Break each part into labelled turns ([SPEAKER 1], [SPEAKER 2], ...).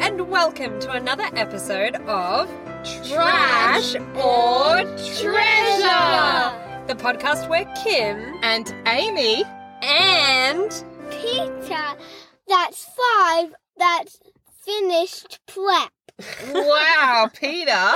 [SPEAKER 1] and welcome to another episode of
[SPEAKER 2] Trash or Treasure.
[SPEAKER 1] the podcast where Kim
[SPEAKER 3] And Amy,
[SPEAKER 1] and
[SPEAKER 2] Peter, that's five. That's finished prep.
[SPEAKER 3] wow, Peter,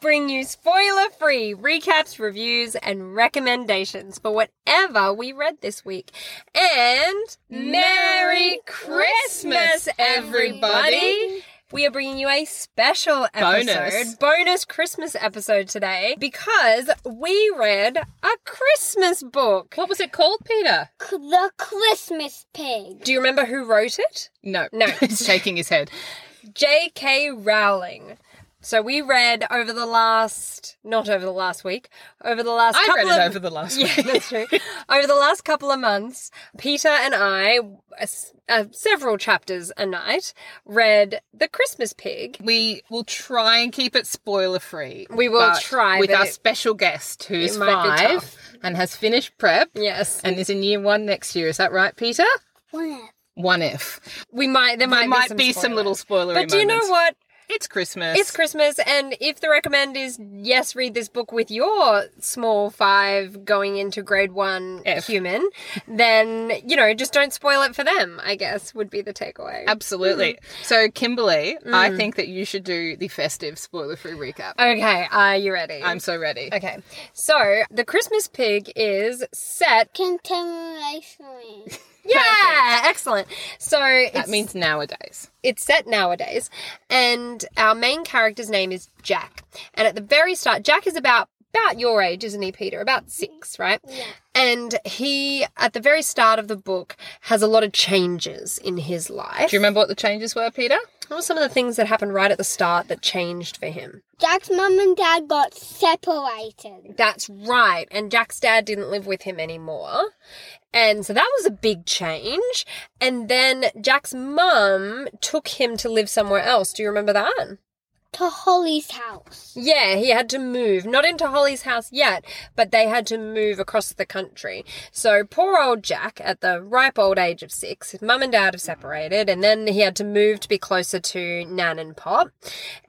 [SPEAKER 1] bring you spoiler free recaps, reviews, and recommendations for whatever we read this week. And
[SPEAKER 3] Merry Christmas, everybody.
[SPEAKER 1] We are bringing you a special episode,
[SPEAKER 3] Bonus.
[SPEAKER 1] bonus Christmas episode today because we read a Christmas book.
[SPEAKER 3] what was it called, Peter?
[SPEAKER 2] C- The Christmas pig.
[SPEAKER 1] Do you remember who wrote it?
[SPEAKER 3] No,
[SPEAKER 1] No.
[SPEAKER 3] he's shaking his head.
[SPEAKER 1] J.K. Rowling. So we read over the last, not over the last week, over the last
[SPEAKER 3] I
[SPEAKER 1] couple
[SPEAKER 3] read it
[SPEAKER 1] of,
[SPEAKER 3] over the last
[SPEAKER 1] yeah,
[SPEAKER 3] week.
[SPEAKER 1] that's true. Over the last couple of months, Peter and I, uh, s- uh, several chapters a night, read The Christmas Pig.
[SPEAKER 3] We will try and keep it spoiler free.
[SPEAKER 1] We will try,
[SPEAKER 3] with
[SPEAKER 1] but
[SPEAKER 3] our
[SPEAKER 1] it-
[SPEAKER 3] special guest who's
[SPEAKER 1] it might be
[SPEAKER 3] five and has finished prep
[SPEAKER 1] Yes,
[SPEAKER 3] and is in year one next year. Is that right, Peter? One if
[SPEAKER 1] we might. There might,
[SPEAKER 3] there might
[SPEAKER 1] be
[SPEAKER 3] be some little spoiler.
[SPEAKER 1] But do you know what?
[SPEAKER 3] It's Christmas.
[SPEAKER 1] It's Christmas, and if the recommend is yes, read this book with your small five going into grade one
[SPEAKER 3] F.
[SPEAKER 1] human, then you know just don't spoil it for them. I guess would be the takeaway.
[SPEAKER 3] Absolutely.
[SPEAKER 1] Mm.
[SPEAKER 3] So, Kimberly, I think that you should do the festive spoiler free recap.
[SPEAKER 1] okay, are you ready?
[SPEAKER 3] I'm so ready.
[SPEAKER 1] okay. So the Christmas pig is set.
[SPEAKER 2] Contemporary.
[SPEAKER 1] Yeah, excellent. So
[SPEAKER 3] That
[SPEAKER 1] it's,
[SPEAKER 3] means nowadays.
[SPEAKER 1] it's set nowadays, and our main character's name is Jack. And at the very start, Jack is about about your age, isn't he, Peter? About
[SPEAKER 3] Mm-hmm.
[SPEAKER 1] six, right?
[SPEAKER 2] Yeah.
[SPEAKER 1] And he, at the very start of the book, has a lot of changes in his life.
[SPEAKER 3] Do you remember what the changes were, Peter?
[SPEAKER 1] What were some of the things that happened right at the start that changed for him?
[SPEAKER 2] Jack's mum and dad got separated.
[SPEAKER 1] That's right. And Jack's dad didn't live with him anymore. And so that was a big change. And then Jack's mum took him to live somewhere else. Do you remember that?
[SPEAKER 2] To Holly's house.
[SPEAKER 1] Yeah, he had to move. Not into Holly's house yet, but they had to move across the country. So poor old Jack, at the ripe old age of six, his mum and dad have separated, and then he had to move to be closer to Nan and Pop.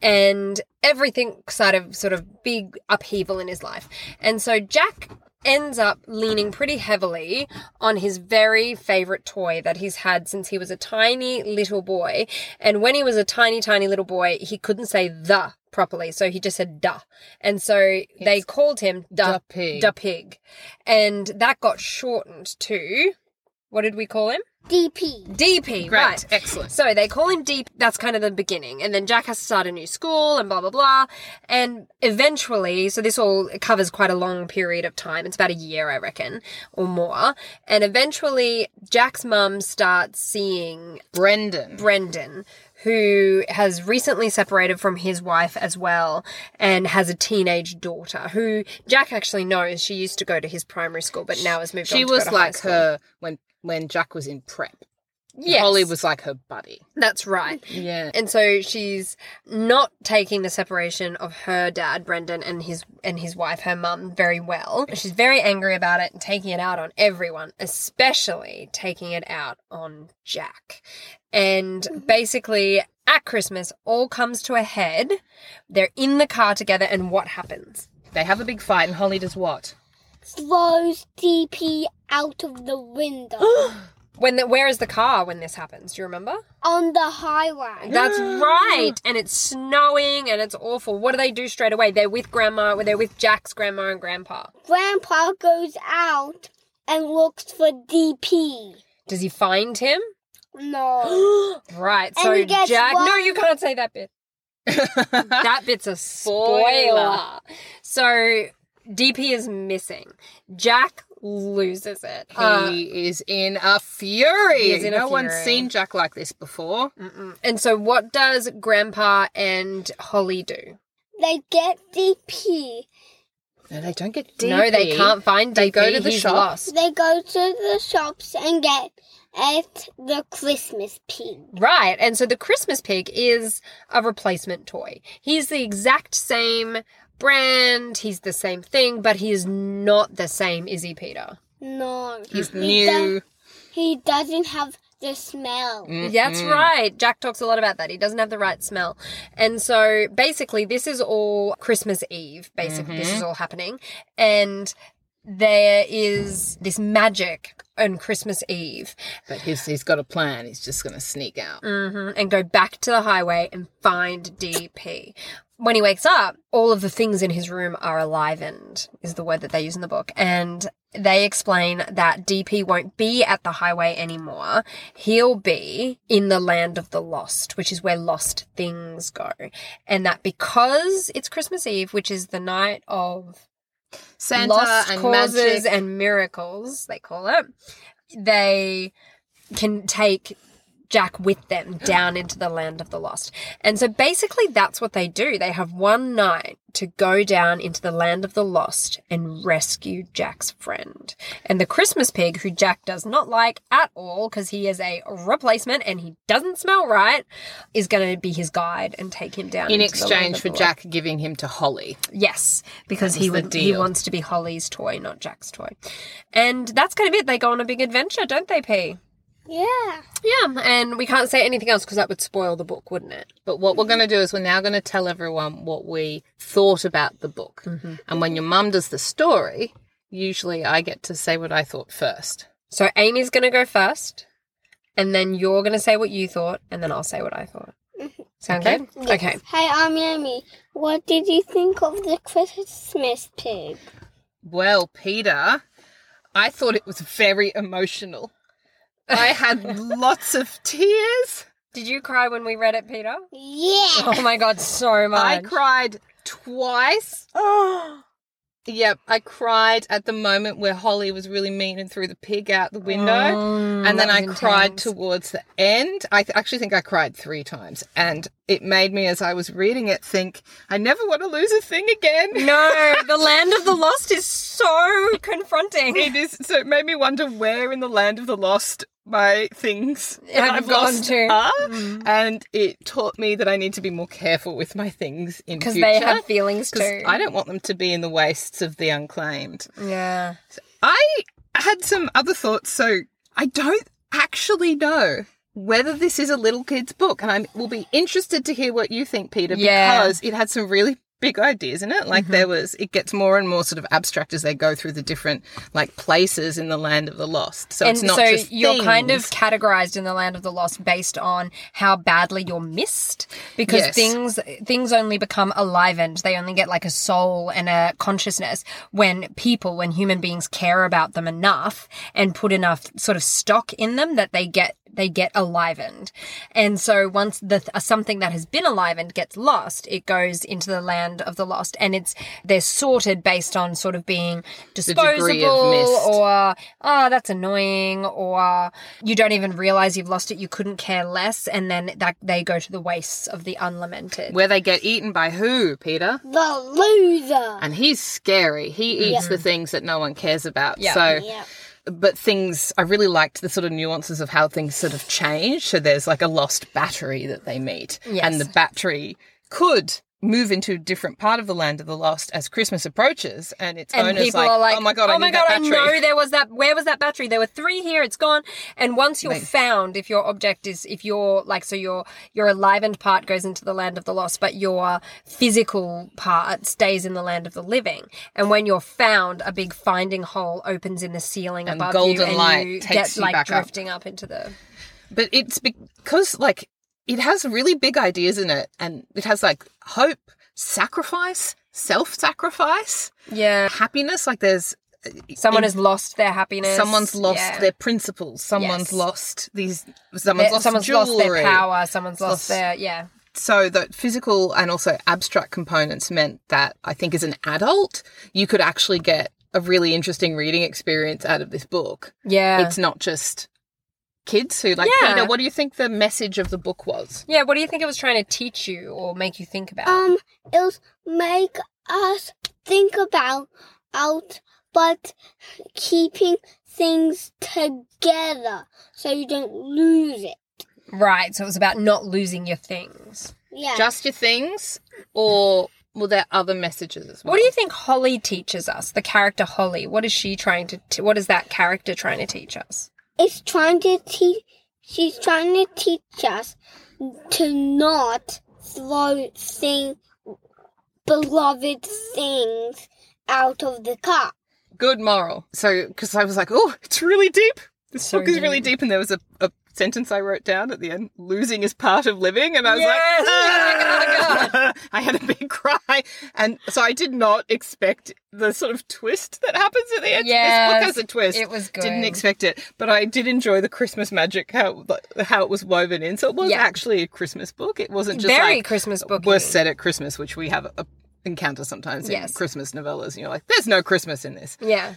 [SPEAKER 1] And everything sort of sort of big upheaval in his life. And so Jack ends up leaning pretty heavily on his very favorite toy that he's had since he was a tiny little boy. And when he was a tiny, tiny little boy, he couldn't say the properly, so he just said duh. And so they
[SPEAKER 3] It's
[SPEAKER 1] called him duh
[SPEAKER 3] da pig.
[SPEAKER 1] da pig. And that got shortened to what did we call him?
[SPEAKER 2] DP.
[SPEAKER 1] DP,
[SPEAKER 3] Great.
[SPEAKER 1] right.
[SPEAKER 3] Excellent.
[SPEAKER 1] So they call him Deep. That's kind of the beginning. And then Jack has to start a new school and blah, blah, blah. And eventually, so this all covers quite a long period of time. It's about a year, I reckon, or more. And eventually, Jack's mum starts seeing
[SPEAKER 3] Brendan.
[SPEAKER 1] Brendan, who has recently separated from his wife as well and has a teenage daughter who Jack actually knows. She used to go to his primary school, but now has moved on
[SPEAKER 3] she
[SPEAKER 1] to go
[SPEAKER 3] was
[SPEAKER 1] to high
[SPEAKER 3] like
[SPEAKER 1] school.
[SPEAKER 3] her when when Jack was in prep.
[SPEAKER 1] Yes,
[SPEAKER 3] Holly was like her buddy.
[SPEAKER 1] That's right.
[SPEAKER 3] Yeah.
[SPEAKER 1] And so she's not taking the separation of her dad, Brendan, and his and his wife, her mum, very well. She's very angry about it and taking it out on everyone, especially taking it out on Jack. And basically at Christmas all comes to a head. They're in the car together and what happens?
[SPEAKER 3] They have a big fight and Holly does what?
[SPEAKER 2] Throws DP out of the window.
[SPEAKER 1] When the, where is the car when this happens? Do you remember?
[SPEAKER 2] on the highway.
[SPEAKER 1] That's right. And it's snowing and it's awful. What do they do straight away? They're with grandma, they're with Jack's grandma and grandpa.
[SPEAKER 2] Grandpa goes out and looks for DP.
[SPEAKER 1] Does he find him?
[SPEAKER 2] No.
[SPEAKER 1] Right.
[SPEAKER 2] And
[SPEAKER 1] So
[SPEAKER 2] he gets
[SPEAKER 1] Jack. No,
[SPEAKER 2] one-
[SPEAKER 1] you can't say that bit. That bit's a spoiler.
[SPEAKER 3] Spoiler.
[SPEAKER 1] So DP is missing. Jack loses it.
[SPEAKER 3] he
[SPEAKER 1] Uh,
[SPEAKER 3] is in a fury.
[SPEAKER 1] He is in a
[SPEAKER 3] no one's
[SPEAKER 1] fury.
[SPEAKER 3] seen Jack like this before.
[SPEAKER 1] mm-mm. and so, what does Grandpa and Holly do?
[SPEAKER 2] They get DP.
[SPEAKER 3] No, they don't get
[SPEAKER 1] No, they
[SPEAKER 3] DP.
[SPEAKER 1] can't find DP.
[SPEAKER 3] They go to the
[SPEAKER 1] He's
[SPEAKER 3] shop.
[SPEAKER 1] Lost.
[SPEAKER 2] They go to the shops and get at the Christmas pig.
[SPEAKER 1] Right. And so the Christmas pig is a replacement toy. He's the exact same brand, he's the same thing, but he is not the same, is he, Peter?
[SPEAKER 2] No.
[SPEAKER 3] He's
[SPEAKER 2] He
[SPEAKER 3] new.
[SPEAKER 2] do- he doesn't have the smell.
[SPEAKER 1] That's right. Jack talks a lot about that. He doesn't have the right smell. And so basically, this is all Christmas Eve. Basically, this is all happening. And there is this magic on Christmas Eve
[SPEAKER 3] But he's, he's got a plan. He's just going to sneak out.
[SPEAKER 1] Mhm. and go back to the highway and find DP. When he wakes up, all of the things in his room are alivened, is the word that they use in the book. And they explain that DP won't be at the highway anymore. He'll be in the land of the lost, which is where lost things go. And that because it's Christmas Eve, which is the night of
[SPEAKER 3] Santa
[SPEAKER 1] lost
[SPEAKER 3] and
[SPEAKER 1] causes
[SPEAKER 3] magic.
[SPEAKER 1] and miracles, they call it, they can take Jack with them down into the land of the lost. And so basically, that's what they do. They have one night to go down into the land of the lost and rescue Jack's friend. And the Christmas pig, who Jack does not like at all because he is a replacement and he doesn't smell right, is going to be his guide and take him down
[SPEAKER 3] in
[SPEAKER 1] into the land
[SPEAKER 3] exchange
[SPEAKER 1] of
[SPEAKER 3] for
[SPEAKER 1] the lost.
[SPEAKER 3] Jack giving him to Holly.
[SPEAKER 1] Yes, because
[SPEAKER 3] That was
[SPEAKER 1] he
[SPEAKER 3] the
[SPEAKER 1] would he
[SPEAKER 3] deal.
[SPEAKER 1] wants to be Holly's toy, not Jack's toy. And that's kind of it. They go on a big adventure, don't they, P?
[SPEAKER 2] Yeah.
[SPEAKER 1] Yeah, and we can't say anything else because that would spoil the book, wouldn't it?
[SPEAKER 3] But what we're going to do is we're now going to tell everyone what we thought about the book. And when your mum does the story, usually I get to say what I thought first.
[SPEAKER 1] So Amy's going to go first, and then you're going to say what you thought, and then I'll say what I thought. Sound
[SPEAKER 3] Mm-hmm. Okay.
[SPEAKER 1] good?
[SPEAKER 2] Yes.
[SPEAKER 1] Okay.
[SPEAKER 2] Hey, I'm Amy. What did you think of the Christmas pig?
[SPEAKER 3] Well, Peter, I thought it was very emotional. I had lots of tears.
[SPEAKER 1] Did you cry when we read it, Peter?
[SPEAKER 2] Yeah.
[SPEAKER 1] Oh my god, so much.
[SPEAKER 3] I cried twice. Yep, I cried at the moment where Holly was really mean and threw the pig out the
[SPEAKER 1] Oh.
[SPEAKER 3] window. and then I cried towards the end. I th- actually think I cried three times, and it made me, as I was reading it, think I never want to lose a thing
[SPEAKER 1] Mm.
[SPEAKER 3] again.
[SPEAKER 1] No, the land of the lost is so confronting.
[SPEAKER 3] It is so. It made me wonder where in the land of the lost my things that
[SPEAKER 1] Have
[SPEAKER 3] I've
[SPEAKER 1] gone
[SPEAKER 3] lost
[SPEAKER 1] to. Mm.
[SPEAKER 3] are, and it taught me that I need to be more careful with my things in
[SPEAKER 1] Because they
[SPEAKER 3] future.
[SPEAKER 1] have feelings
[SPEAKER 3] 'cause
[SPEAKER 1] too.
[SPEAKER 3] I don't want them to be in the wastes of the unclaimed.
[SPEAKER 1] Yeah.
[SPEAKER 3] I had some other thoughts, so I don't actually know whether this is a little kid's book, and I will be interested to hear what you think, Peter,
[SPEAKER 1] Yeah. Mm-hmm.
[SPEAKER 3] because it had some really big ideas in it. Like there was, it gets more and more sort of abstract as they go through the different like places in the land of the lost. So
[SPEAKER 1] and
[SPEAKER 3] it's not
[SPEAKER 1] so
[SPEAKER 3] just
[SPEAKER 1] you're kind of
[SPEAKER 3] things.
[SPEAKER 1] categorized in the land of the lost based on how badly you're missed because
[SPEAKER 3] Yes.
[SPEAKER 1] things things only become alivened they only get like a soul and a consciousness when people when human beings care about them enough and put enough sort of stock in them that they get they get alivened and so once the th- something that has been alivened gets lost it goes into the land of the lost and it's they're sorted based on sort of being
[SPEAKER 3] degree of
[SPEAKER 1] disposable
[SPEAKER 3] missed.
[SPEAKER 1] or or oh that's annoying or you don't even realize you've lost it you couldn't care less and then that they go to the wastes of the unlamented
[SPEAKER 3] where they get eaten by who, Peter?
[SPEAKER 2] The loser.
[SPEAKER 3] And he's scary. He eats the things that no one cares about.
[SPEAKER 1] Yeah.
[SPEAKER 3] So
[SPEAKER 2] Yeah.
[SPEAKER 3] but things I really liked the sort of nuances of how things sort of change. So there's like a lost battery that they meet,
[SPEAKER 1] Yes.
[SPEAKER 3] and the battery could move into a different part of the land of the lost as Christmas approaches, and its
[SPEAKER 1] and
[SPEAKER 3] owners
[SPEAKER 1] people are like,
[SPEAKER 3] "Oh my god, I need that battery."
[SPEAKER 1] know there was that. Where was that battery? There were three here. It's gone. And once you're found, if your object is, if your like, so your your alivened part goes into the land of the lost, but your physical part stays in the land of the living. And when you're found, a big finding hole opens in the ceiling
[SPEAKER 3] And
[SPEAKER 1] above you,
[SPEAKER 3] golden
[SPEAKER 1] and
[SPEAKER 3] light
[SPEAKER 1] you
[SPEAKER 3] takes
[SPEAKER 1] get
[SPEAKER 3] you
[SPEAKER 1] like
[SPEAKER 3] back up.
[SPEAKER 1] drifting up into the
[SPEAKER 3] But it's because like it has really big ideas in it, and it has like hope, sacrifice, self-sacrifice,
[SPEAKER 1] yeah.
[SPEAKER 3] happiness. Like there's
[SPEAKER 1] Someone has lost their happiness.
[SPEAKER 3] someone's lost
[SPEAKER 1] Yeah.
[SPEAKER 3] their principles, someone's
[SPEAKER 1] Yes.
[SPEAKER 3] lost these,
[SPEAKER 1] Their-
[SPEAKER 3] someone's lost
[SPEAKER 1] someone's
[SPEAKER 3] jewelry.
[SPEAKER 1] lost their power. Someone's lost,
[SPEAKER 3] Lost-
[SPEAKER 1] their yeah.
[SPEAKER 3] so the physical and also abstract components meant that I think as an adult, you could actually get a really interesting reading experience out of this book.
[SPEAKER 1] Yeah.
[SPEAKER 3] It's not just kids who like
[SPEAKER 1] Yeah.
[SPEAKER 3] Peter, what do you think the message of the book was?
[SPEAKER 1] yeah, what do you think it was trying to teach you or make you think about?
[SPEAKER 2] Um, it'll make us think about out, but keeping things together so you don't lose it.
[SPEAKER 1] right, so it was about not losing your things.
[SPEAKER 2] Yeah.
[SPEAKER 3] Just your things or were there other messages as well?
[SPEAKER 1] What do you think Holly teaches us? The character Holly, what is she trying to t- what is that character trying to teach us?
[SPEAKER 2] it's trying to te- She's trying to teach us to not throw thing, beloved things out of the car.
[SPEAKER 3] Good moral. So, because I was like, oh, it's really deep. This
[SPEAKER 1] So
[SPEAKER 3] book is really deep. And there was a, a sentence I wrote down at the end losing is part of living. And I was "Oh
[SPEAKER 1] Yes!
[SPEAKER 3] like, "Ah." I had a big cry. And so I did not expect the sort of twist that happens at the end.
[SPEAKER 1] Yes,
[SPEAKER 3] This book has a twist.
[SPEAKER 1] it was
[SPEAKER 3] Didn't
[SPEAKER 1] good.
[SPEAKER 3] expect it. But I did enjoy the Christmas magic, how, how it was woven in. So it was
[SPEAKER 1] Yeah.
[SPEAKER 3] actually a Christmas book. It wasn't just
[SPEAKER 1] Very
[SPEAKER 3] like
[SPEAKER 1] Christmas book.
[SPEAKER 3] were set at Christmas, which we have a encounter sometimes in
[SPEAKER 1] Yes.
[SPEAKER 3] Christmas novellas, and you're like, there's no Christmas in this.
[SPEAKER 1] Yeah.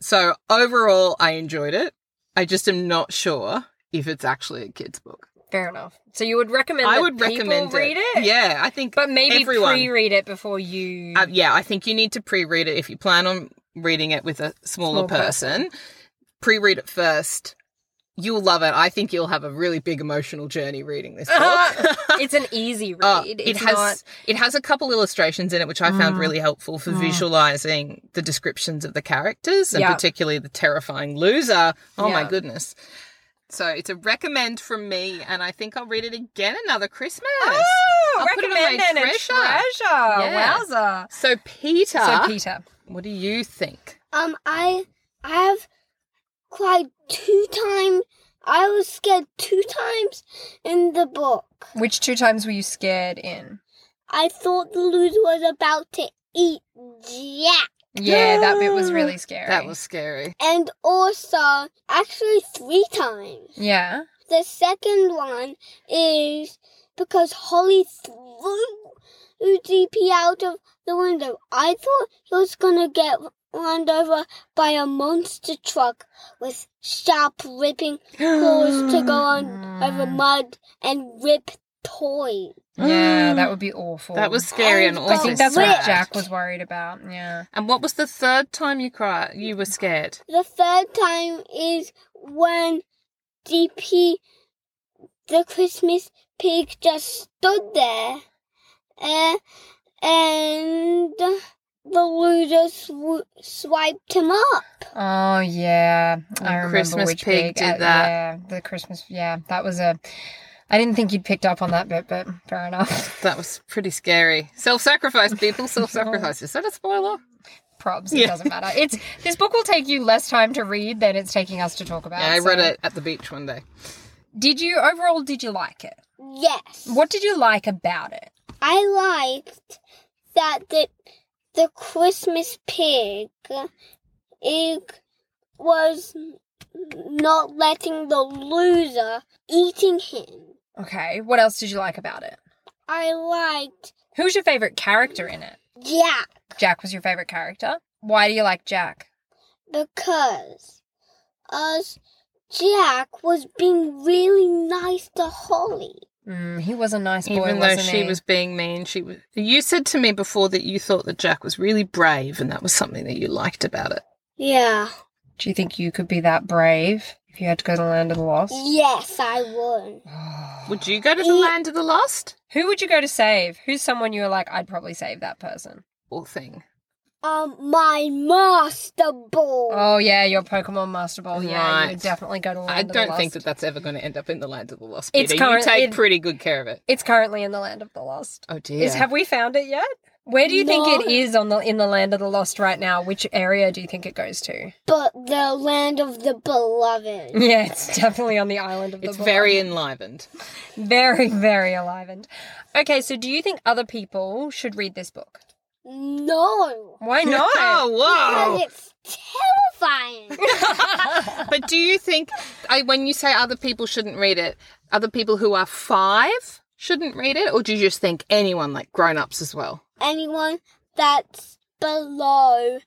[SPEAKER 3] So overall, I enjoyed it. I just am not sure if it's actually a kid's book.
[SPEAKER 1] Fair enough. So you would recommend
[SPEAKER 3] I
[SPEAKER 1] that
[SPEAKER 3] would
[SPEAKER 1] people
[SPEAKER 3] recommend
[SPEAKER 1] read it?
[SPEAKER 3] Yeah, I think.
[SPEAKER 1] But maybe
[SPEAKER 3] Everyone.
[SPEAKER 1] pre-read it before you.
[SPEAKER 3] uh, yeah, I think you need to pre-read it if you plan on reading it with a smaller
[SPEAKER 1] Small person.
[SPEAKER 3] person. Pre-read it first. You'll love it. I think you'll have a really big emotional journey reading this book.
[SPEAKER 1] it's an easy read.
[SPEAKER 3] Uh, it
[SPEAKER 1] it's
[SPEAKER 3] has
[SPEAKER 1] not.
[SPEAKER 3] it has a couple illustrations in it which I found
[SPEAKER 1] Mm.
[SPEAKER 3] really helpful for
[SPEAKER 1] Mm.
[SPEAKER 3] visualizing the descriptions of the characters and
[SPEAKER 1] Yeah.
[SPEAKER 3] particularly the terrifying loser. Oh
[SPEAKER 1] Yeah.
[SPEAKER 3] my goodness. So it's a recommend from me and I think I'll read it again another Christmas.
[SPEAKER 1] Oh,
[SPEAKER 3] I'll put it on my
[SPEAKER 1] recommend and a
[SPEAKER 3] treasure.
[SPEAKER 1] treasure. Wowza.
[SPEAKER 3] So Peter,
[SPEAKER 1] So Peter.
[SPEAKER 3] what do you think?
[SPEAKER 2] Um, I I have cried two times. I was scared two times in the book.
[SPEAKER 1] Which two times were you scared in?
[SPEAKER 2] I thought the loser was about to eat Jack.
[SPEAKER 1] Yeah, that bit was really scary.
[SPEAKER 3] That was scary.
[SPEAKER 2] And also, actually, three times.
[SPEAKER 1] Yeah.
[SPEAKER 2] The second one is because Holly threw GP out of the window. I thought he was gonna get run over by a monster truck with sharp, ripping claws to go on over mud and rip toys.
[SPEAKER 1] Yeah, that would be awful.
[SPEAKER 3] That was scary and
[SPEAKER 2] I
[SPEAKER 3] also
[SPEAKER 1] Oh, I think that's
[SPEAKER 3] sad.
[SPEAKER 1] what Jack was worried about. Yeah.
[SPEAKER 3] And what was the third time you cried? You were scared.
[SPEAKER 2] The third time is when DP, the Christmas pig, just stood there, uh, and the loser sw- swiped him up.
[SPEAKER 1] Oh yeah,
[SPEAKER 3] The
[SPEAKER 1] I remember
[SPEAKER 3] Christmas
[SPEAKER 1] which pig,
[SPEAKER 3] pig did
[SPEAKER 1] uh,
[SPEAKER 3] that.
[SPEAKER 1] Yeah, the Christmas. Yeah, that was a. I didn't think you'd picked up on that bit, but fair enough.
[SPEAKER 3] That was pretty scary. Self-sacrifice, people. Self-sacrifice. Is that a spoiler?
[SPEAKER 1] Props. It
[SPEAKER 3] Yeah.
[SPEAKER 1] doesn't matter. It's this book will take you less time to read than it's taking us to talk about.
[SPEAKER 3] Yeah, I
[SPEAKER 1] so-
[SPEAKER 3] read it at the beach one day.
[SPEAKER 1] Did you overall? Did you like it?
[SPEAKER 2] Yes.
[SPEAKER 1] What did you like about it?
[SPEAKER 2] I liked that the the Christmas pig it was not letting the loser eating him.
[SPEAKER 1] Okay. What else did you like about it?
[SPEAKER 2] I liked
[SPEAKER 1] Who was your favorite character in it?
[SPEAKER 2] Jack
[SPEAKER 1] Jack was your favorite character. Why do you like Jack?
[SPEAKER 2] because us Jack was being really nice to Holly.
[SPEAKER 1] Mm, he was a nice boy,
[SPEAKER 3] Even though
[SPEAKER 1] wasn't
[SPEAKER 3] she
[SPEAKER 1] he?
[SPEAKER 3] was being mean, she was. You said to me before that you thought that Jack was really brave, and that was something that you liked about it.
[SPEAKER 2] Yeah.
[SPEAKER 1] Do you think you could be that brave if you had to go to the land of the lost?
[SPEAKER 2] Yes, I would.
[SPEAKER 3] Would you go to the
[SPEAKER 2] Yeah.
[SPEAKER 3] land of the lost?
[SPEAKER 1] Who would you go to save? Who's someone you were like, I'd probably save that person?
[SPEAKER 3] Or thing?
[SPEAKER 2] Um, my master ball.
[SPEAKER 1] Oh yeah, your Pokemon Master Ball. Yeah, you would
[SPEAKER 3] Right.
[SPEAKER 1] definitely go to the land
[SPEAKER 3] I
[SPEAKER 1] of the
[SPEAKER 3] don't
[SPEAKER 1] Lost.
[SPEAKER 3] think that that's ever going to end up in the land of the lost.
[SPEAKER 1] It's
[SPEAKER 3] Peter,
[SPEAKER 1] current-
[SPEAKER 3] you take
[SPEAKER 1] it-
[SPEAKER 3] pretty good care of it.
[SPEAKER 1] It's currently in the land of the lost.
[SPEAKER 3] Oh dear.
[SPEAKER 1] Is have we found it yet? Where do you think it
[SPEAKER 2] No.
[SPEAKER 1] is on the in the land of the lost right now? Which area do you think it goes to?
[SPEAKER 2] But the land of the beloved.
[SPEAKER 1] Yeah, it's definitely on the island of the
[SPEAKER 3] it's
[SPEAKER 1] Beloved.
[SPEAKER 3] very enlivened.
[SPEAKER 1] very very enlivened. Okay, so do you think other people should read this book?
[SPEAKER 2] No.
[SPEAKER 1] Why not?
[SPEAKER 3] oh
[SPEAKER 2] Because it's terrifying.
[SPEAKER 3] wow! but do you think I, when you say other people shouldn't read it, other people who are five shouldn't read it, or do you just think anyone like grown-ups as well?
[SPEAKER 2] Anyone that's below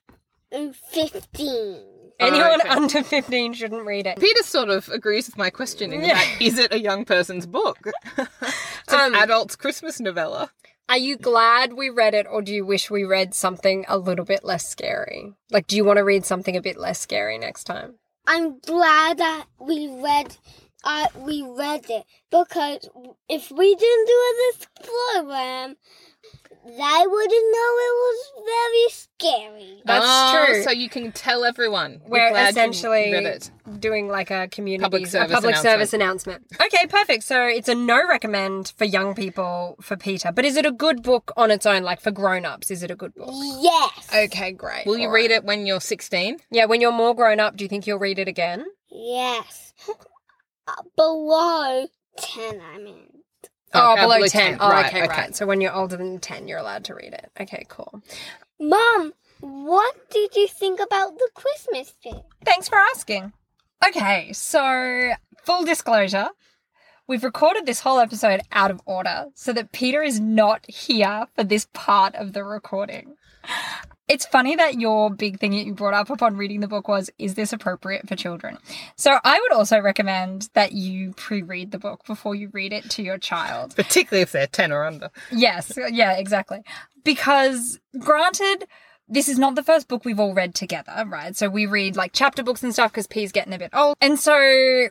[SPEAKER 2] 15.
[SPEAKER 1] Anyone
[SPEAKER 3] okay.
[SPEAKER 1] under 15 shouldn't read it.
[SPEAKER 3] Peter sort of agrees with my questioning
[SPEAKER 1] Yeah.
[SPEAKER 3] about is it a young person's book? it's
[SPEAKER 1] Um,
[SPEAKER 3] an adult's Christmas novella.
[SPEAKER 1] Are you glad we read it or do you wish we read something a little bit less scary? Like, do you want to read something a bit less scary next time?
[SPEAKER 2] I'm glad that we read uh, we read it because if we didn't do this program, they wouldn't know it was very scary.
[SPEAKER 1] That's
[SPEAKER 3] Oh,
[SPEAKER 1] true.
[SPEAKER 3] So you can tell everyone.
[SPEAKER 1] We're
[SPEAKER 3] glad you
[SPEAKER 1] essentially
[SPEAKER 3] read it.
[SPEAKER 1] doing like a community
[SPEAKER 3] Public service
[SPEAKER 1] a public service announcement. Okay, perfect. So it's a no recommend for young people for Peter, but is it a good book on its own? Like for grown ups, is it a good book?
[SPEAKER 2] Yes.
[SPEAKER 1] Okay, great.
[SPEAKER 3] Will you read it when you're 16?
[SPEAKER 1] Yeah, when you're more grown up, do you think you'll read it again?
[SPEAKER 2] Yes. Uh, below 10, I mean.
[SPEAKER 1] oh,
[SPEAKER 3] Okay,
[SPEAKER 1] below, 10. Oh,
[SPEAKER 3] Right,
[SPEAKER 1] okay, right. So when you're older than 10, you're allowed to read it. Okay, cool.
[SPEAKER 2] Mom, what did you think about the Christmas tree?
[SPEAKER 1] Thanks for asking. Okay, so full disclosure, we've recorded this whole episode out of order so that Peter is not here for this part of the recording. It's funny that your big thing that you brought up upon reading the book was, is this appropriate for children? So I would also recommend that you pre read the book before you read it to your child.
[SPEAKER 3] Particularly if they're 10 or under.
[SPEAKER 1] Yes, yeah, exactly. Because granted, this is not the first book we've all read together, right? So we read like chapter books and stuff because P's getting a bit old. And so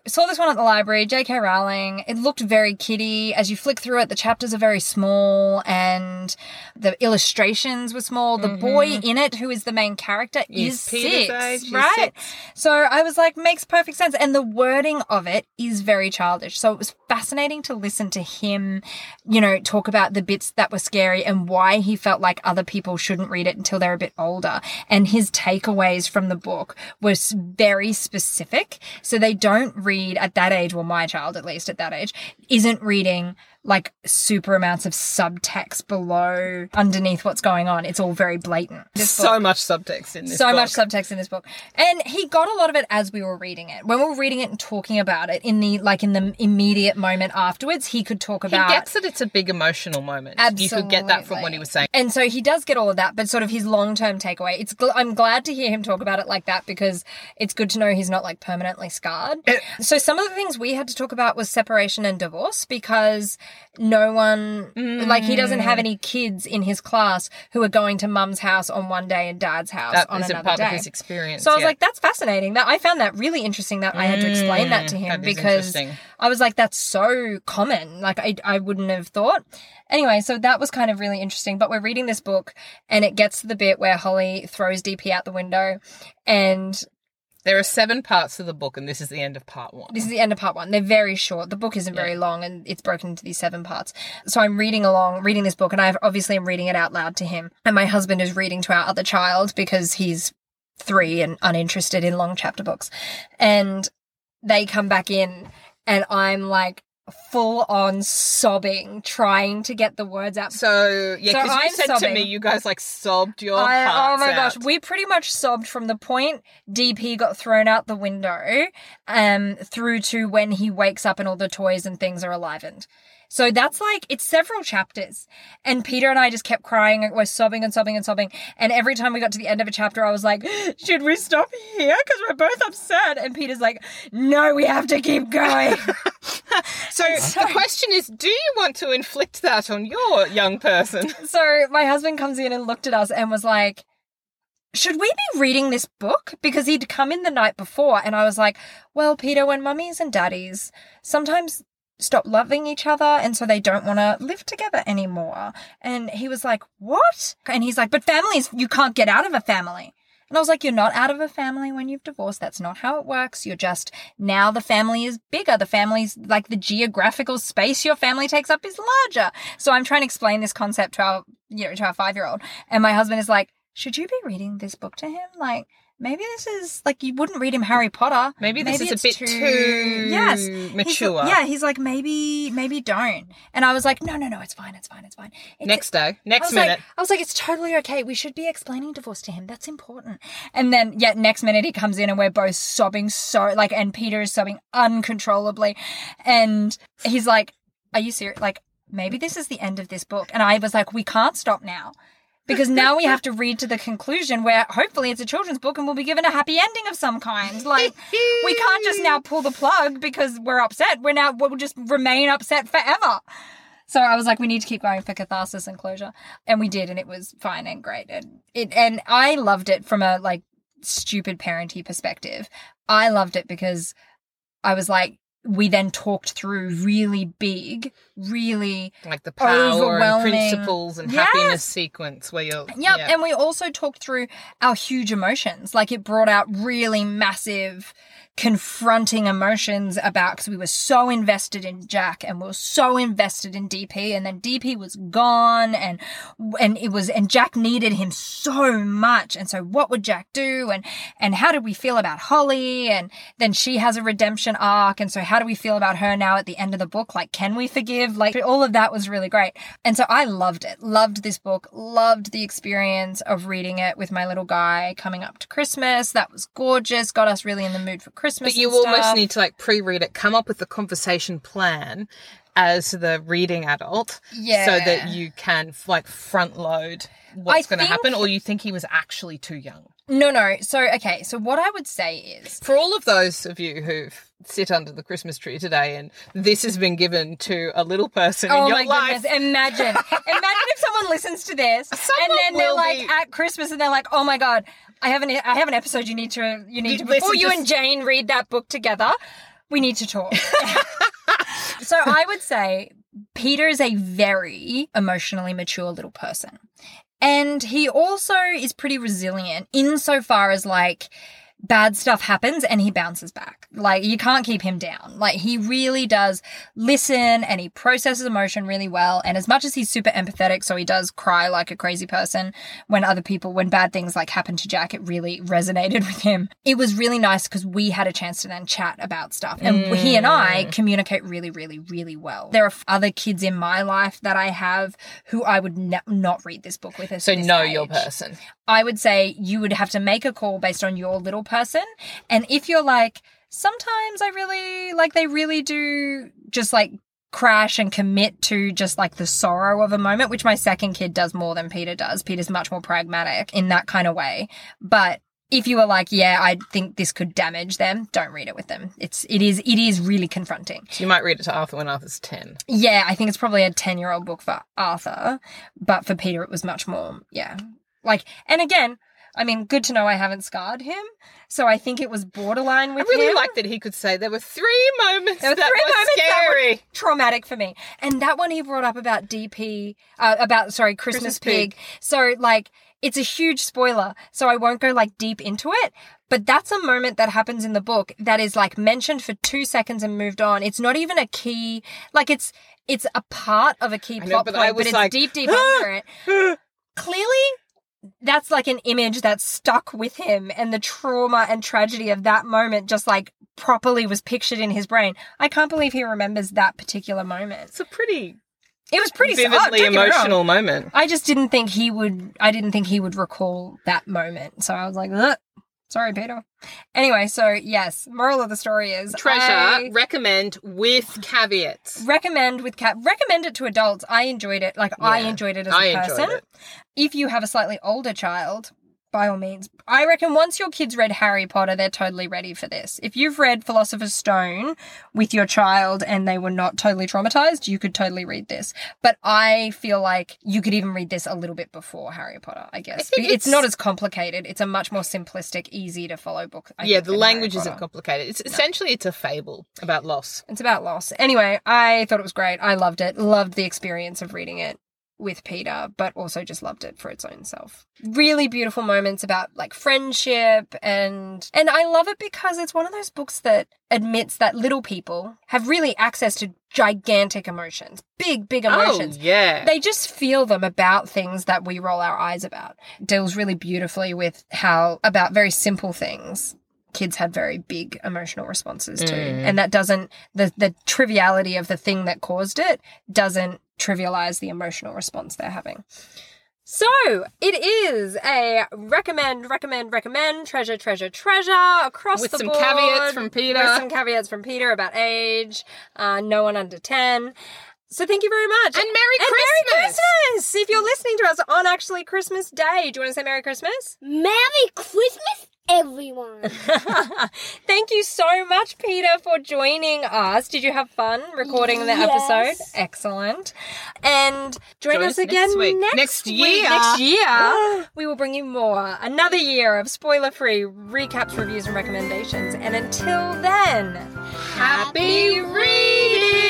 [SPEAKER 1] saw this one at the library, J.K. Rowling. It looked very kiddie. As you flick through it, the chapters are very small and the illustrations were small. The boy
[SPEAKER 3] Mm-hmm.
[SPEAKER 1] in it, who is the main character, is,
[SPEAKER 3] He's Peter's
[SPEAKER 1] six,
[SPEAKER 3] age, he's
[SPEAKER 1] right?
[SPEAKER 3] six.
[SPEAKER 1] So I was like, makes perfect sense. And the wording of it is very childish. So it was fascinating to listen to him, you know, talk about the bits that were scary and why he felt like other people shouldn't read it until they're a bit older. And his takeaways from the book were s- very specific. So they don't read at that age, well, my child, at least at that age, isn't reading like super amounts of subtext below, underneath what's going on. It's all very blatant. This book-
[SPEAKER 3] So much subtext in this.
[SPEAKER 1] so
[SPEAKER 3] book.
[SPEAKER 1] much subtext in this book and he got a lot of it as we were reading it when we were reading it and talking about it in the like in the immediate moment afterwards he could talk
[SPEAKER 3] He
[SPEAKER 1] about
[SPEAKER 3] gets that it's a big emotional moment. You could get that from what he was saying.
[SPEAKER 1] and so he does get all of that, but sort of his long term takeaway. It's gl- I'm glad to hear him talk about it like that because it's good to know he's not like permanently scarred. so some of the things we had to talk about was separation and divorce because no one like he doesn't
[SPEAKER 3] Mm.
[SPEAKER 1] have any kids in his class who are going to mum's house on one day and dad's house
[SPEAKER 3] That
[SPEAKER 1] on
[SPEAKER 3] isn't
[SPEAKER 1] another
[SPEAKER 3] part
[SPEAKER 1] day.
[SPEAKER 3] of his experience.
[SPEAKER 1] So I was
[SPEAKER 3] yeah.
[SPEAKER 1] like, that's fascinating. That I found that really interesting that I had to explain that to him
[SPEAKER 3] Mm, that is
[SPEAKER 1] because
[SPEAKER 3] interesting.
[SPEAKER 1] I was like, that's so common. Like I, I wouldn't have thought. Anyway, so that was kind of really interesting. But we're reading this book and it gets to the bit where Holly throws DP out the window and
[SPEAKER 3] there are seven parts to the book, and this is the end of part one.
[SPEAKER 1] this is the end of part one. They're very short. The book isn't very long and it's broken into these seven parts. So I'm reading along, reading this book, and I obviously am reading it out loud to him. And my husband is reading to our other child because he's three and uninterested in long chapter books. And they come back in, and I'm like full on sobbing, trying to get the words out.
[SPEAKER 3] So yeah,
[SPEAKER 1] So
[SPEAKER 3] because you
[SPEAKER 1] I'm
[SPEAKER 3] said to
[SPEAKER 1] sobbing.
[SPEAKER 3] me, you guys like sobbed your
[SPEAKER 1] I- oh
[SPEAKER 3] hearts
[SPEAKER 1] my
[SPEAKER 3] out.
[SPEAKER 1] gosh, we pretty much sobbed from the point DP got thrown out the window, um, through to when he wakes up and all the toys and things are alivened. So that's like it's several chapters, and Peter and I just kept crying. and We're sobbing and sobbing and sobbing, and every time we got to the end of a chapter, I was like, "Should we stop here? Because we're both upset." And Peter's like, "No, we have to keep going."
[SPEAKER 3] So the question is, do you want to inflict that on your young person?
[SPEAKER 1] so my husband comes in and looked at us and was like, should we be reading this book? Because he'd come in the night before and I was like, well, Peter, when mummies and daddies sometimes stop loving each other and so they don't want to live together anymore. And he was like, what? And he's like, but families, you can't get out of a family. And I was like, you're not out of a family when you've divorced. That's not how it works. You're just now the family is bigger. The family's like the geographical space your family takes up is larger. So I'm trying to explain this concept to our, you know, to our five year old. And my husband is like, should you be reading this book to him? Like, maybe this is like, you wouldn't read him Harry Potter.
[SPEAKER 3] Maybe this is
[SPEAKER 1] it's
[SPEAKER 3] a bit too
[SPEAKER 1] yes. He's
[SPEAKER 3] mature.
[SPEAKER 1] like- yeah. He's like, maybe, maybe don't. And I was like, no, no, no, it's fine. It's fine. It's fine. It's,
[SPEAKER 3] Next day,
[SPEAKER 1] I was
[SPEAKER 3] next minute.
[SPEAKER 1] Like, I was like, it's totally okay. We should be explaining divorce to him. That's important. And then, yet, next minute he comes in and we're both sobbing so, like, and Peter is sobbing uncontrollably. And he's like, are you serious? Like, maybe this is the end of this book. And I was like, we can't stop now. Because now we have to read to the conclusion where hopefully it's a children's book and we'll be given a happy ending of some kind. Like, we can't just now pull the plug because we're upset. We're now, we'll just remain upset forever. So I was like, we need to keep going for catharsis and closure, and we did, and it was fine and great, and it and I loved it from a like stupid parenty perspective. I loved it because I was like, we then talked through really big, really
[SPEAKER 3] like the power and
[SPEAKER 1] Overwhelming.
[SPEAKER 3] principles and
[SPEAKER 1] Yes.
[SPEAKER 3] happiness sequence where you're
[SPEAKER 1] Yep. And we also talked through our huge emotions. Like it brought out really massive, confronting emotions about because we were so invested in Jack and we were so invested in DP, and then DP was gone, and and it was and Jack needed him so much, and so what would Jack do, and and how did we feel about Holly, and then she has a redemption arc, and so how do we feel about her now at the end of the book? Like, can we forgive? Like, all of that was really great. And so I loved it. Loved this book. Loved the experience of reading it with my little guy coming up to Christmas. That was gorgeous. Got us really in the mood for Christmas.
[SPEAKER 3] But you
[SPEAKER 1] and stuff.
[SPEAKER 3] almost need to like pre-read it, come up with the conversation plan as the reading adult, so
[SPEAKER 1] Yeah.
[SPEAKER 3] that you can like front load what's going to
[SPEAKER 1] think-
[SPEAKER 3] happen, or you think he was actually too young.
[SPEAKER 1] No, no. So, okay. So, what I would say is.
[SPEAKER 3] For all of those of you who've sit under the Christmas tree today, and this has been given to a little person
[SPEAKER 1] Oh
[SPEAKER 3] in your
[SPEAKER 1] my
[SPEAKER 3] life.
[SPEAKER 1] goodness. Imagine. Imagine if someone listens to this and
[SPEAKER 3] Someone
[SPEAKER 1] then they're
[SPEAKER 3] will
[SPEAKER 1] like
[SPEAKER 3] be-
[SPEAKER 1] at Christmas and they're like, "Oh my god, I have an I have an episode you need to you need to
[SPEAKER 3] You
[SPEAKER 1] before
[SPEAKER 3] listen
[SPEAKER 1] you
[SPEAKER 3] to-
[SPEAKER 1] and Jane read that book together, we need to talk." so I would say Peter is a very emotionally mature little person. And he also is pretty resilient insofar as like bad stuff happens and he bounces back. Like you can't keep him down. Like he really does listen and he processes emotion really well. And as much as he's super empathetic, so he does cry like a crazy person when other people, when bad things like happened to Jack, it really resonated with him. It was really nice because we had a chance to then chat about stuff. And he and I communicate really, really, really well. There are other kids in my life that I have who I would ne- not read this book with. at
[SPEAKER 3] So
[SPEAKER 1] this
[SPEAKER 3] know your
[SPEAKER 1] age.
[SPEAKER 3] person.
[SPEAKER 1] I would say you would have to make a call based on your little person. And if you're like, sometimes I really, like, they really do just like crash and commit to just like the sorrow of a moment, which my second kid does more than Peter does. Peter's much more pragmatic in that kind of way. But if you were like, yeah, I think this could damage them, don't read it with them. It's, it is, it is really confronting.
[SPEAKER 3] You might read it to Arthur when Arthur's ten.
[SPEAKER 1] Yeah, I think it's probably a 10 year old book for Arthur, but for Peter, it was much more, yeah. Like, and again, I mean, good to know I haven't scarred him. So I think it was borderline
[SPEAKER 3] I
[SPEAKER 1] with
[SPEAKER 3] really
[SPEAKER 1] him.
[SPEAKER 3] like that he could say there were three moments
[SPEAKER 1] There were
[SPEAKER 3] that
[SPEAKER 1] three
[SPEAKER 3] were
[SPEAKER 1] moments that were-
[SPEAKER 3] scary.
[SPEAKER 1] traumatic for me. And that one he brought up about DP, uh, about, sorry, Christmas,
[SPEAKER 3] Christmas
[SPEAKER 1] Pig.
[SPEAKER 3] Pig.
[SPEAKER 1] So, like, it's a huge spoiler, so I won't go like deep into it. But that's a moment that happens in the book that is like mentioned for two seconds and moved on. It's not even a key, like it's it's a part of a key
[SPEAKER 3] I know,
[SPEAKER 1] plot
[SPEAKER 3] but I
[SPEAKER 1] point, but
[SPEAKER 3] was
[SPEAKER 1] it's
[SPEAKER 3] like,
[SPEAKER 1] deep, deep under it. Clearly, that's like an image that's stuck with him, and the trauma and tragedy of that moment just like properly was pictured in his brain. I can't believe he remembers that particular moment.
[SPEAKER 3] It's a pretty
[SPEAKER 1] It was pretty oh, don't
[SPEAKER 3] vividly
[SPEAKER 1] get me wrong.
[SPEAKER 3] emotional moment.
[SPEAKER 1] I just didn't think he would. I didn't think he would recall that moment. So I was like, Ugh. "Sorry, Peter." Anyway, so yes, moral of the story is
[SPEAKER 3] Treasure
[SPEAKER 1] I
[SPEAKER 3] recommend with caveats.
[SPEAKER 1] recommend with cat. Recommend it to adults. I enjoyed it. Like I
[SPEAKER 3] Yeah.
[SPEAKER 1] enjoyed it as a
[SPEAKER 3] I enjoyed
[SPEAKER 1] person.
[SPEAKER 3] it.
[SPEAKER 1] If you have a slightly older child. By all means, I reckon once your kids read Harry Potter, they're totally ready for this. If you've read Philosopher's Stone with your child and they were not totally traumatized, you could totally read this. But I feel like you could even read this a little bit before Harry Potter, I guess.
[SPEAKER 3] think
[SPEAKER 1] Be- it's,
[SPEAKER 3] it's-
[SPEAKER 1] not as complicated. It's a much more simplistic, easy to follow book. I
[SPEAKER 3] yeah,
[SPEAKER 1] think,
[SPEAKER 3] the
[SPEAKER 1] than
[SPEAKER 3] language
[SPEAKER 1] Harry
[SPEAKER 3] isn't
[SPEAKER 1] Potter.
[SPEAKER 3] complicated. It's essentially it's a fable about loss.
[SPEAKER 1] It's about loss. Anyway, I thought it was great. I loved it. Loved the experience of reading it with Peter, but also just loved it for its own self. Really beautiful moments about like friendship and and I love it because it's one of those books that admits that little people have really access to gigantic emotions. Big, big emotions.
[SPEAKER 3] Oh yeah.
[SPEAKER 1] They just feel them about things that we roll our eyes about. Deals really beautifully with how about very simple things. Kids had very big emotional responses to,
[SPEAKER 3] Mm.
[SPEAKER 1] and that doesn't the the triviality of the thing that caused it doesn't trivialize the emotional response they're having. So it is a recommend, recommend, recommend, treasure, treasure, treasure across
[SPEAKER 3] With
[SPEAKER 1] the
[SPEAKER 3] some
[SPEAKER 1] board.
[SPEAKER 3] caveats from Peter.
[SPEAKER 1] With some caveats from Peter about age, uh, no one under ten. So thank you very much.
[SPEAKER 3] And Merry
[SPEAKER 1] Merry
[SPEAKER 3] Christmas!
[SPEAKER 1] Christmas! If you're listening to us on actually Christmas Day, do you want to say Merry Christmas?
[SPEAKER 2] Merry Christmas everyone.
[SPEAKER 1] Thank you so much, Peter, for joining us. Did you have fun recording the
[SPEAKER 2] Yes.
[SPEAKER 1] episode? Excellent. And join,
[SPEAKER 3] Join
[SPEAKER 1] us,
[SPEAKER 3] us
[SPEAKER 1] again
[SPEAKER 3] next week.
[SPEAKER 1] next
[SPEAKER 3] Next
[SPEAKER 1] week-
[SPEAKER 3] year.
[SPEAKER 1] Next year, we will bring you more. Another year of spoiler free recaps, reviews, and recommendations. And until then,
[SPEAKER 3] Happy reading!